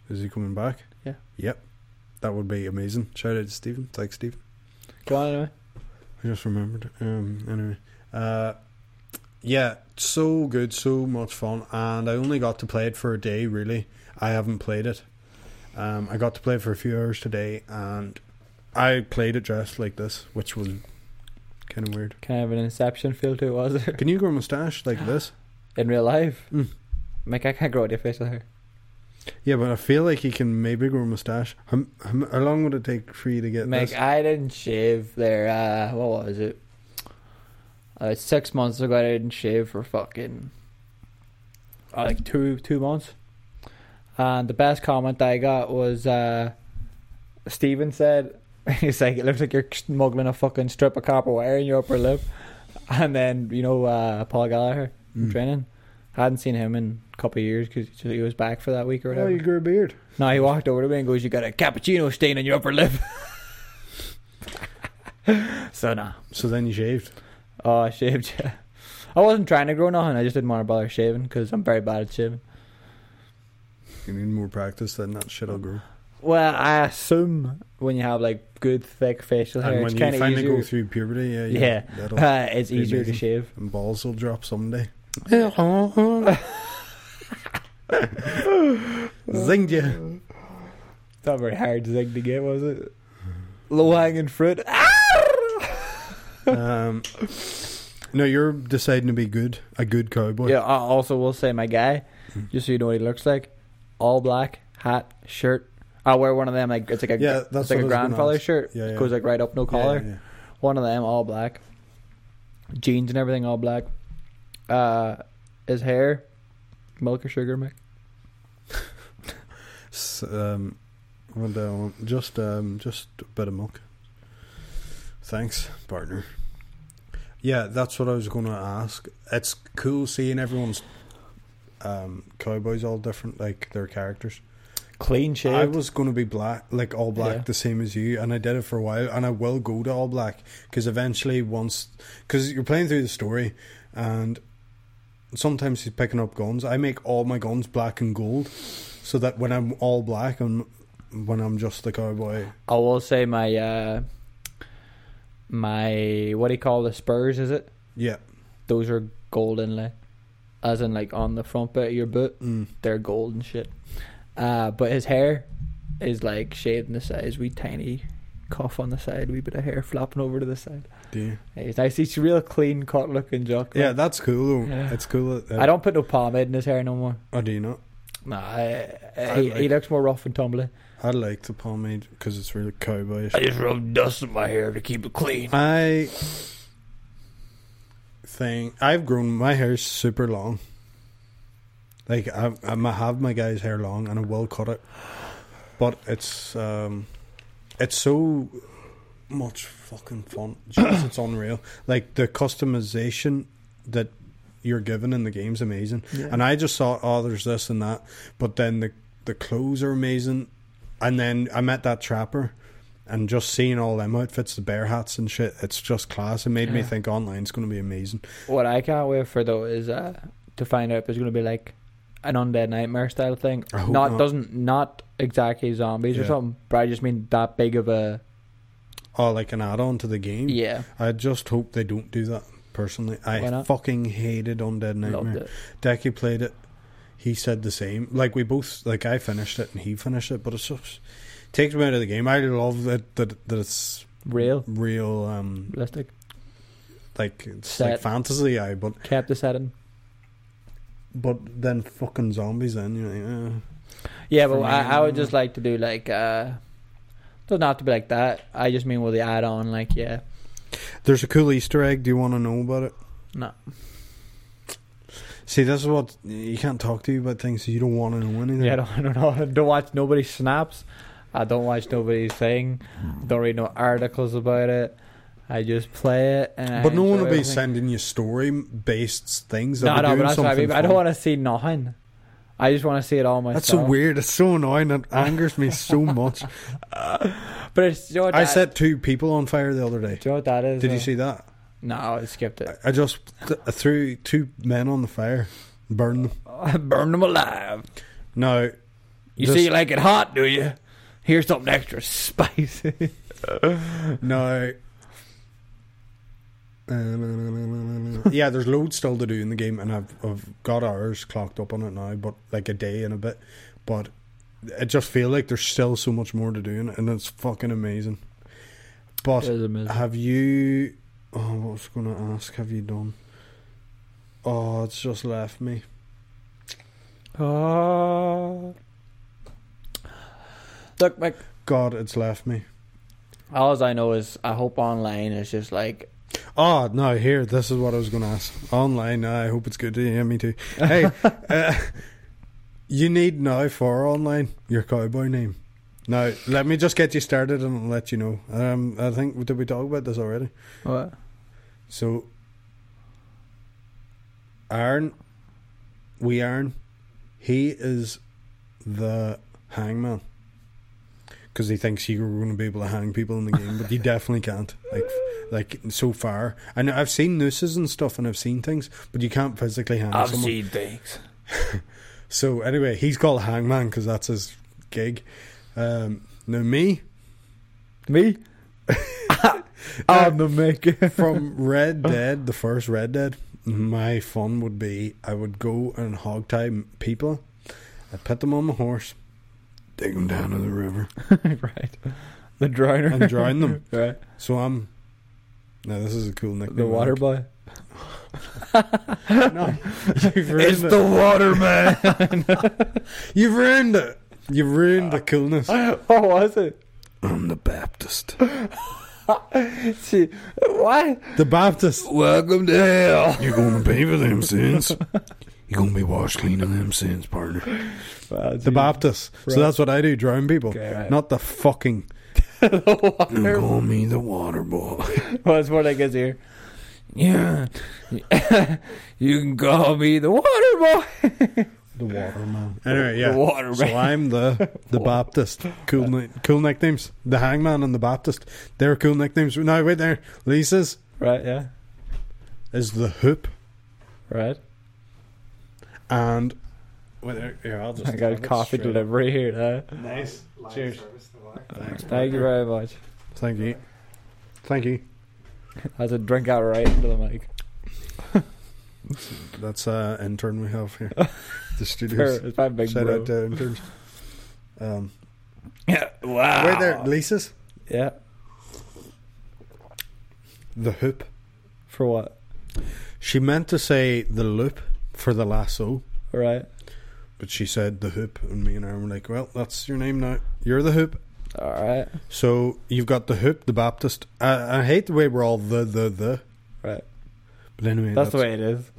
Is he coming back?
Yeah.
Yep. That would be amazing. Shout out to Stephen. Thanks, Stephen.
Go on anyway.
I just remembered. Um, anyway, uh, yeah, so good, so much fun, and I only got to play it for a day. Really, I haven't played it. Um, I got to play it for a few hours today, and I played it dressed like this, which was kind of
(laughs)
weird.
Kind of an inception feel to it, was it? (laughs)
Can you grow a mustache like this?
In real life.
Mm.
Mike, I can't grow out your face with her.
Yeah, but I feel like you can maybe grow a mustache. How, how, how long would it take for you to get
Mike,
this?
I didn't shave there. Uh, what was it? Uh, six months ago, I didn't shave for fucking uh, like two two months. And the best comment I got was uh, Steven said, (laughs) "He's like it looks like you're smuggling a fucking strip of copper wire in your upper lip." And then you know uh, Paul Gallagher from
Mm.
training. I hadn't seen him in a couple of years because he was back for that week or
Oh,
whatever.
you grew a beard.
No, he walked over to me and goes, "You got a cappuccino stain on your upper lip." (laughs) so nah.
So then you shaved.
Oh, I shaved. Yeah. I wasn't trying to grow nothing. I just didn't want to bother shaving because I'm very bad at shaving.
You need more practice, then that shit'll grow.
Well, I assume when you have like good thick facial hair,
and
it's
when
kind
you
of
finally
easier.
go through puberty, yeah,
Yeah.
that'll-
(laughs) uh, it's
Be
easier to
amazing.
shave.
And balls will drop someday. Zinged you.
It's not very hard thing to get, was it? Low hanging fruit. Ah! (laughs)
Um, no, you're deciding to be good, a good cowboy.
Yeah. I also will say my guy,
Mm-hmm.
just so you know what he looks like, all black hat, shirt. I wear one of them like it's like a
Yeah, that's
it's like
what I was
a
gonna
grandfather
ask.
shirt.
Yeah, yeah.
Goes like right up, no
Yeah,
collar.
yeah, yeah.
One of them all black, jeans and everything all black. Uh, his hair, milk or sugar, Mick?
S- um, what do I want? Just, um, just a bit of milk. Thanks, partner. Yeah, that's what I was going to ask. It's cool seeing everyone's um, cowboys all different, like their characters.
Clean
I
shaved.
was going to be black, like all black,
Yeah.
the same as you, and I did it for a while, and I will go to all black because eventually, once, because you're playing through the story, and sometimes he's picking up guns. I make all my guns black and gold, so that when I'm all black and when I'm just the cowboy,
I will say my uh, my what do you call the spurs? Is it?
yeah,
Those are gold inlay, as in like on the front bit of your boot.
mm,
they're gold and shit. Uh, but his hair is like shaved in the sides, wee tiny cuff on the side, wee bit of hair flopping over to the side.
do you?
He's nice. He's a real clean cut looking jock. like.
Yeah, that's cool. Though.
Yeah.
It's cool. That,
I don't put no pomade in his hair no more.
Oh, do you not?
Nah, I,
I
he, he
like-
looks more rough and tumbly.
I like the pomade because it's really cowboyish.
just rub dust in my hair to keep it clean.
I think I've grown my hair super long. Like I, I have my guy's hair long, and I will cut it, but it's um, it's so much fucking fun. (coughs) Just, it's unreal. Like the customization that you're given in the game's amazing. And I just thought, oh, there's this and that, but then the the clothes are amazing. And then I met that trapper, and just seeing all them outfits, the bear hats and shit, it's just class. It made me think online's going to be amazing.
What I can't wait for though is uh, to find out if it's going to be like an undead nightmare style thing.
I hope not.
doesn't not exactly zombies or
Yeah.
something, but I just mean that big of a
Oh, like an add-on to the game.
yeah.
I just hope they don't do that. Personally,
Why
I
not?
fucking hated Undead Nightmare.
Loved it.
Decky played it. He said the same. Like we both, like I finished it and he finished it, but it's just takes me out of the game. I love that that, that it's
Real,
real, um,
realistic.
like it's
Set.
like fantasy. I but
Kept the setting.
but then fucking zombies. Then you know, yeah.
Yeah,
For
but
me,
I, I would
uh,
just like to do like uh doesn't have to be like that. I just mean with the add on, like yeah.
there's a cool Easter egg. Do you want to know about it?
No.
See, this is what you can't talk to you about things you don't want to know anything.
Yeah, I don't, (laughs) I don't know. I don't watch nobody's snaps. I don't watch nobody's thing. Don't read no articles about it. I just play it and I
but no one
enjoy
will be
everything.
sending you story-based things. They'll
No,
be
no,
doing
but that's what I
something
mean. I don't
fun.
want to see nothing. I just want to see it all myself.
That's so weird. It's so annoying. It angers me
(laughs)
so much.
But it's you know what
I
that-
set two people on fire the other day.
do you know what that is?
Did you
though?
see that?
No, I skipped it.
I just th- threw two men on the fire, burned them.
I burned them alive.
No,
You
Just-
see, you like it hot, do you? Here's something extra (laughs) spicy.
no. Uh, yeah, there's loads still to do in the game, and I've I've got hours clocked up on it now, but like a day and a bit. But I just feel like there's still so much more to do, in it, and it's fucking amazing. But Have you? Oh, what was I going to ask? Have you done? Oh, it's just left me.
Oh. Look, Mike.
God, it's left me.
All I know is I hope online is just like
Oh no! Here, this is what I was going to ask. Online, I hope it's good. Yeah, me too. Hey, uh, you need now for online your cowboy name. Now, let me just get you started and I'll let you know. Um, I think did we talk about this already?
what?
So, Aaron, we Aaron, he is the hangman because he thinks you're going to be able to hang people in the game, but you definitely can't. Like, like so far, I know I've seen nooses and stuff, and I've seen things, but you can't physically hang someone.
seen things.
So anyway, he's called Hangman because that's his gig. Um, now me
Me? I'm the maker.
Um, (laughs) from
(laughs)
Red Dead, the first Red Dead, my fun would be I would go and hog tie m- people. I'd put them on my horse, dig them down in the river,
(laughs) right. The drowner.
and drown
(laughs)
them.
Right.
So I'm. Now this is a cool nickname.
The water boy.
No, you've
(laughs)
ruined it.
water man.
You've ruined it. You've ruined the coolness.
(laughs) what was it?
I'm the Baptist.
See, why?
The Baptist.
Welcome to (laughs) hell.
(laughs) You're going to pay for them sins. You're going to be washed clean of them sins, partner. The
(laughs)
Baptist. So
Right.
that's what I do, drown people.
Okay, right.
Not the fucking.
the water.
call me the water boy.
Well, it's more like his ear. Yeah. (laughs) you can call me the water boy.
The water man. Anyway, yeah.
The water
so
man.
I'm the the Baptist. Cool, ni- cool nicknames. The Hangman and the Baptist. They're cool nicknames. Now wait there. Lisa's
Right, yeah.
is the Hoop,
Right.
and wait there. Here, I'll just.
I got
have it
coffee
straight.
delivery here. Huh?
Nice. Cheers. Thanks.
Thank you very much.
Thank you. Thank you.
That's a drink out right into the mic.
That's uh intern we have here.
(laughs)
The studios.
It's my big
Shout
bro.
out to interns. Um,
Yeah. (laughs) Wow.
Wait there, Lisa's
Yeah.
the hoop.
For what?
She meant to say the loop for the lasso,
Right.
but she said the hoop, and me and Aaron were like, "Well, that's your name now. You're the hoop."
All right.
So you've got the hoop, the Baptist. I, I hate the way we're all the the the.
Right.
But anyway,
That's, the way it is.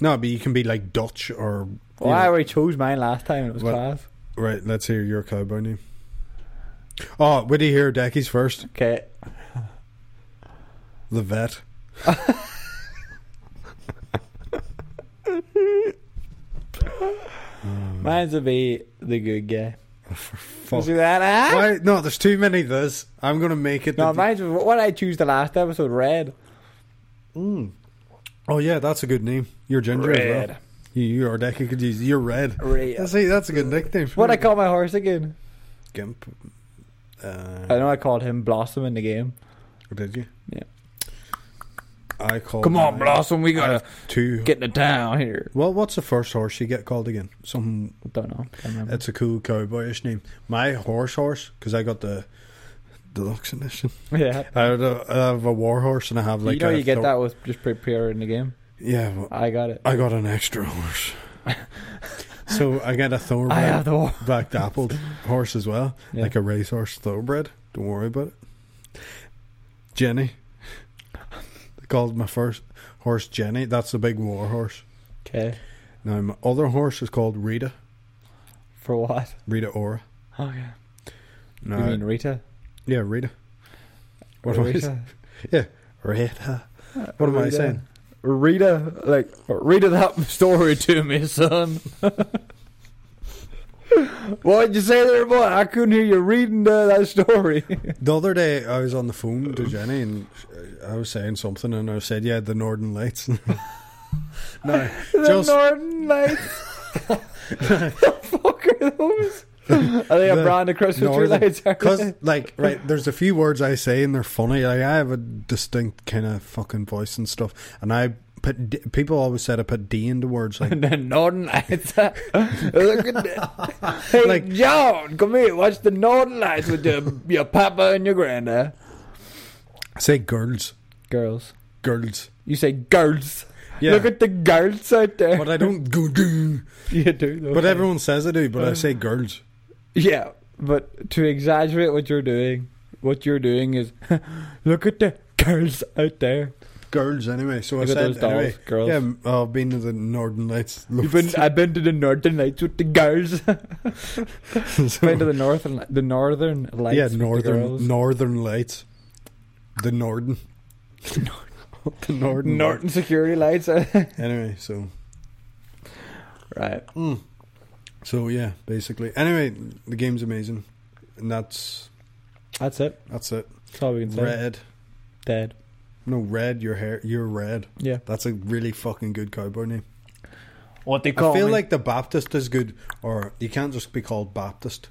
No, but you can be like Dutch or you
Why
know-
we chose mine last time? It was
What-
class.
right. Let's hear your cowboy name. Oh, would you hear Decky's first?
Okay.
The vet.
Mine's would be the good guy.
Oh. fuck.
See that? Ah?
Why? No, there's too many of this. I'm going to make it.
No,
the-
mine's what I choose the last episode. Red.
oh, yeah, that's a good name. You're ginger as well.
Red.
You, you are decky could use. You're red.
Red.
See, that's a good nickname. for
What I
you.
call my horse again?
Gimp.
I
Uh,
know I called him Blossom in the game.
did you?
Yeah.
I call.
Come on,
mine
Blossom. We gotta
Uh,
Two.
get into town here.
well, what's the first horse you get called again? Something
Don't know. Can't remember.
It's a cool cowboyish name. My horse horse, because I got the deluxe edition.
(laughs) yeah. uh,
I have a, I have a war horse and I have like
you know,
a
you get
thor-
that with just prepare in the game.
Yeah, well,
I got it.
I got an extra horse. so I got a
(laughs) I
thoroughbred
have the horse.
black dappled horse as well,
Yeah.
like a racehorse thoroughbred. Don't worry about it. Jenny, they called my first horse Jenny. That's the big war horse.
Okay.
Now my other horse is called Rita,
For what?
Rita Ora.
Oh yeah.
No,
You mean Rita?
yeah, Rita. What am I
Rita?
Rita. (laughs) What am I
Rita.
saying?
Rita, like Rita, that story to me, son. (laughs) what did you say there, boy? I couldn't hear you reading the, that story.
The other day, I was on the phone to Jenny, and I was saying something, and I said, "Yeah, the Northern Lights." (laughs) no,
(laughs) (laughs) the
Just-
Northern (laughs) Lights. the fuck
(laughs)
are those? Are they a
The
brand of Christmas tree
Northern- (laughs)
lights? aren't
because
they?
like, right, there's a few words I say, and they're funny. Like, I have a distinct kind of fucking voice and stuff, and I put D- people always said I put D into words.
(laughs)
Like,
the Northern Lights. Look at (laughs) that. Hey,
Like-
John, come here. Watch the Northern Lights with your, your papa and your granddad.
say girls,
Girls.
girls.
You say girls.
Yeah,
Look at the girls out there.
but I don't go do.
you do. though.
But everyone says I do, but I
Um,
say girls.
Yeah, but to exaggerate what you're doing, what you're doing is (laughs) look at the girls out there.
Girls, anyway. So I
Look at
said,
those dolls,
anyway,
girls.
yeah, oh, I've been to the Northern
(laughs)
Lights.
You've been, I've been to the Northern Lights with the (laughs) girls.
So- (laughs)
been to the Northern, the Northern Lights.
yeah,
with the
northern
girls.
northern lights, the
(laughs)
northern, the northern.
Northern Security Lights. (laughs)
Anyway, so Hmm.
right.
so yeah, basically. Anyway, the game's amazing, and that's
That's it.
that's it.
That's all we can say.
Red,
Dead.
no red. Your hair, you're red.
Yeah.
That's a really fucking good cowboy name.
What they
I feel like the Baptist is good, or you can't just be called Baptist.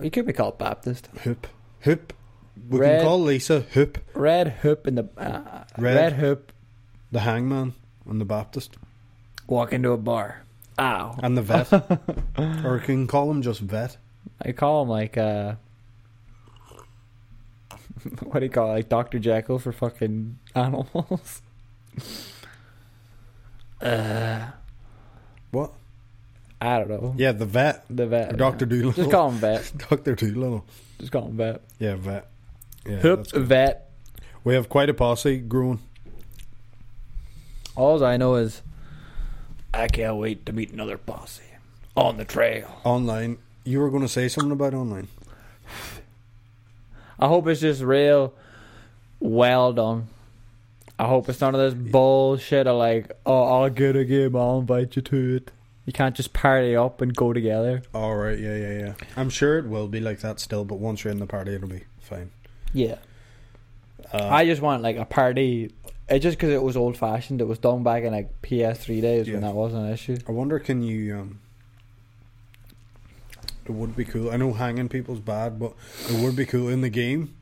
you could be called Baptist.
Hoop, hoop. We
Red.
can call Lisa Hoop,
Red Hoop in the uh,
Red.
Red. Hoop
the hangman, and the Baptist,
walk into a bar. Ow!
and the
(laughs)
vet, or you can call him just vet.
I call him like uh, (laughs) what do you call it? like Doctor Jekyll for fucking animals? (laughs) uh,
What?
I don't know.
Yeah, the vet. (laughs)
The vet.
Or Doctor Doolittle.
Just call him vet.
Doctor Doolittle.
Just call him vet.
Yeah, vet. Yeah,
Hoop
that's good.
vet.
We have quite a posse growing.
All I know is I can't wait to meet another posse on the trail.
Online, you were going to say something about online.
I hope it's just real well done. I hope it's none of this bullshit of like, oh, I'll get a game, I'll invite you to it. You can't just party up and go together.
All right, yeah, yeah, yeah. I'm sure it will be like that still, but once you're in the party, it'll be fine.
Yeah.
Uh,
I just want like a party. It just because it was old fashioned, it was done back in like PS3 days when
Yeah.
that wasn't an issue.
I wonder, can you? Um, it would be cool. I know hanging people's bad, but it would be cool in the game.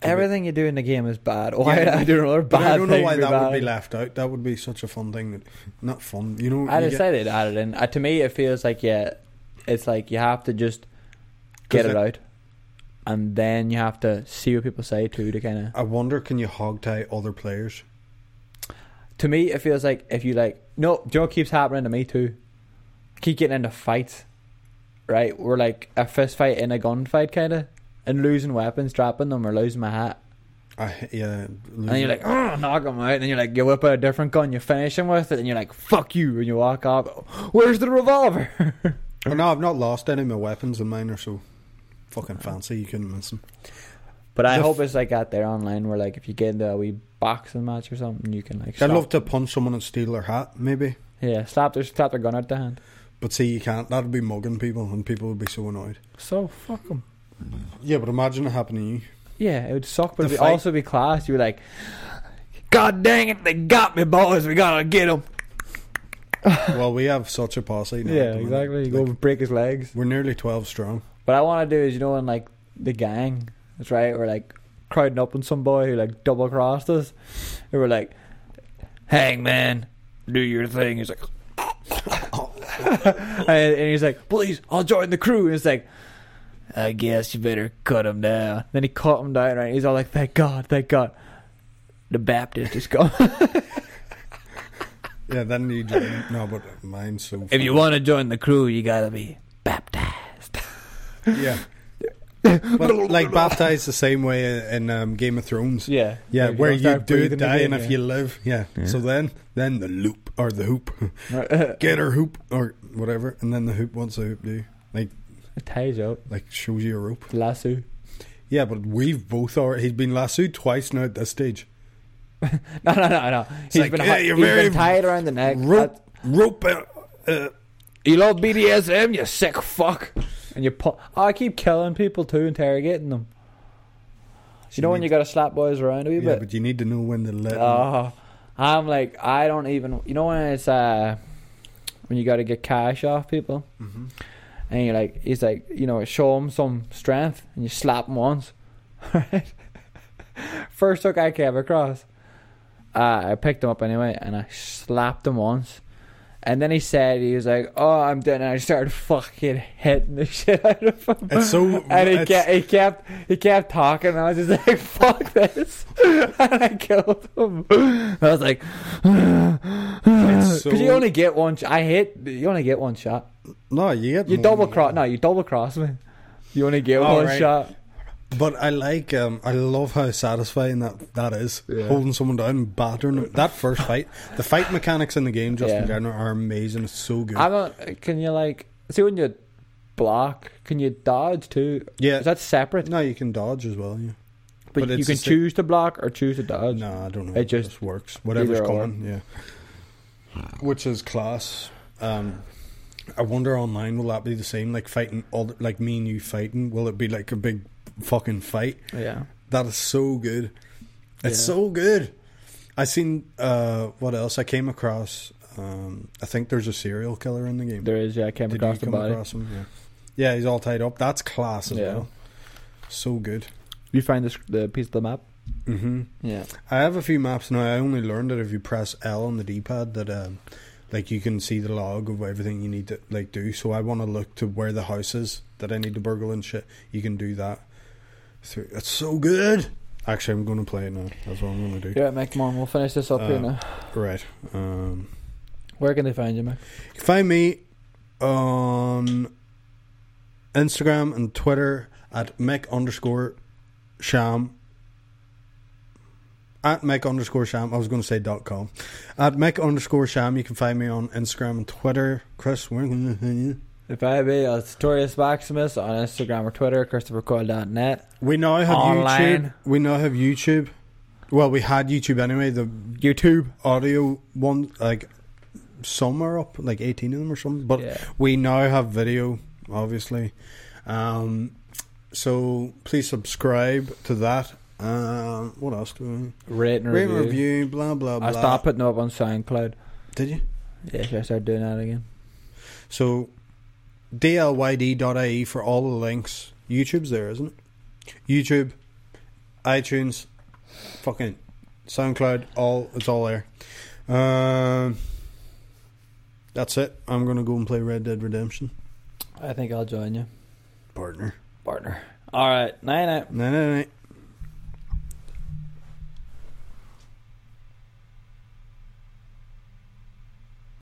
Could be-
Everything you do in the game is bad. Why
Yeah.
I do (laughs) another
But
bad
I don't know
thing
why
be
that
bad.
would be left out. That would be such a fun thing. That, not fun, you know.
I
you get-
decided to add it in. Uh, to me, it feels like yeah, it's like you have to just get
'Cause
it
I-
out, and then you have to see what people say too. To kind of
I wonder, can you hogtie other players?
to me, it feels like if you like no, do you know what keeps happening to me too? I keep getting into fights, right? We're like a fist fight in a gunfight kind of, and losing weapons, dropping them, or losing my hat.
I yeah.
And you're like, oh,
"Ah,
knock him out. And then you're like, you whip out a different gun, you finish him with it, and you're like, fuck you. And you walk off. Where's the revolver?
Oh, no, I've not lost any of my weapons, and mine are so fucking
Uh-huh.
fancy you couldn't miss them.
But I
The
hope it's like out there online where like if you get into a wee boxing match or something, you can like
I'd
slap,
love to punch someone and steal their hat, maybe,
yeah slap their slap their gun out the hand.
But see, you can't. That'd be mugging people, and people would be so annoyed.
So fuck 'em.
Yeah, but imagine it happening to you.
Yeah, it would suck, but
The
it'd be-
fight-
also be class. You'd be like, God dang it, they got me, boys. We gotta get them.
well, we have such a posse. Now at
Yeah,
the minute.
exactly. You
Like,
go break his legs.
We're nearly twelve strong.
What I want to do is, you know, in like the gang, that's right, or like crowding up on some boy who like double crossed us, and we're like, "Hangman, do your thing." He's like, (laughs) and, and he's like, "Please, I'll join the crew." And it's like, "I guess you better cut him down." Then he cut him down, right? He's all like, "Thank God, thank God." The Baptist is gone.
Yeah, then you join. no, but mine's so.
if you want to join the crew, you gotta be
(laughs)
baptized.
yeah. But like baptized the same way in um, Game of Thrones.
Yeah,
Yeah, where you
start
do
breathing
die,
again,
and if
yeah.
you live, yeah. So then, then the loop or the hoop,
it
get her hoop or whatever, and then the hoop. What's the hoop do? Like,
ties up
like shows you a rope.
lasso.
Yeah, but we've both already. He's been lassoed twice now at this stage.
No, no, no, no. He's
like,
been,
yeah,
hi-
you're
he's
very
been tied around the neck.
Rope,
That-
rope. Uh, uh,
you love BDSM, you sick fuck. And you pu- oh, I keep killing people too, interrogating them. You know when you gotta slap boys around a wee
yeah,
bit.
but you need to know when to let. him-
Oh, I'm like, I don't even. You know when it's uh, when you gotta get cash off people,
Mhm.
and you're like, he's like, you know, show him some strength, and you slap him once. (laughs) Right? First hook I came across, uh, I picked him up anyway, and I slapped him once. And then he said he was like, "Oh, I'm done." And I started fucking hitting the (laughs) shit out of him.
It's so.
(laughs) And he
it's-
kept, he kept he kept talking and I was just like (laughs) fuck this (laughs) and I killed him I was like (laughs) because
so-
you only get one sh- I hate you only get one shot
no, you get
you
more
double
than
cross
that.
no you double cross me (laughs) you only get one
All right.
shot
But I like, um, I love how satisfying that, that is.
Yeah.
Holding someone down and battering them. That
(laughs)
first fight, the fight mechanics in the game just in
Yeah.
general are amazing. It's so good.
I'm not can you like see when you block can you dodge too
yeah.
is that separate
no, you can dodge as well. Yeah.
but,
but it's
you can
the sa-
choose to block or choose to dodge
No, I don't know.
It just-
works. Whatever's
either or.
coming. Yeah. Which is class. Um, I wonder online will that be the same? Like fighting, all like me and you fighting. Will it be like a big fucking fight?
yeah
That is so good. It's
Yeah.
so good. I seen uh, what else I came across. Um, I think there's a serial killer in the game.
there is yeah I came
Did
across
you
the
come
body
across him? Yeah. yeah, he's all tied up. That's class as
Yeah.
well. So good.
you find this the piece of the map
hmm
yeah
I have a few maps now. I only learned that if you press L on the D-pad, that um, like you can see the log of everything you need to like do. So I want to look to where the house is that I need to burgle and shit. You can do that. Through. That's so good. Actually, I'm going to play it now. That's what I'm going to do.
yeah Mac come on we'll finish this up
Uh,
here now
Right. Um,
Where can they find you, Mac?
you can find me on Instagram and Twitter at Mick underscore Sham. At Mick underscore Sham. I was going to say dot com. At Mick underscore Sham. You can find me on Instagram and Twitter. Chris, where can you?
If I be a Torius Maximus on Instagram or Twitter, ChristopherCoyle.net,
We now have YouTube.
Online.
We now have YouTube. Well, we had YouTube anyway. The
YouTube.
audio one, like some are up, like eighteen of them or something. But
Yeah.
we now have video, obviously. Um, so please subscribe to that. Um, what else do
Rate
we?
and
Rate
review.
and review, blah blah blah.
I stopped putting them up on SoundCloud.
Did you?
Yeah, should I start doing that again?
So dlyd.ie E for all the links. YouTube's there, isn't it? YouTube, iTunes, fucking SoundCloud, all it's all there. Um, that's it. I'm gonna go and play Red Dead Redemption,
I think I'll join you,
partner.
partner. All right, night night.
No, no, no.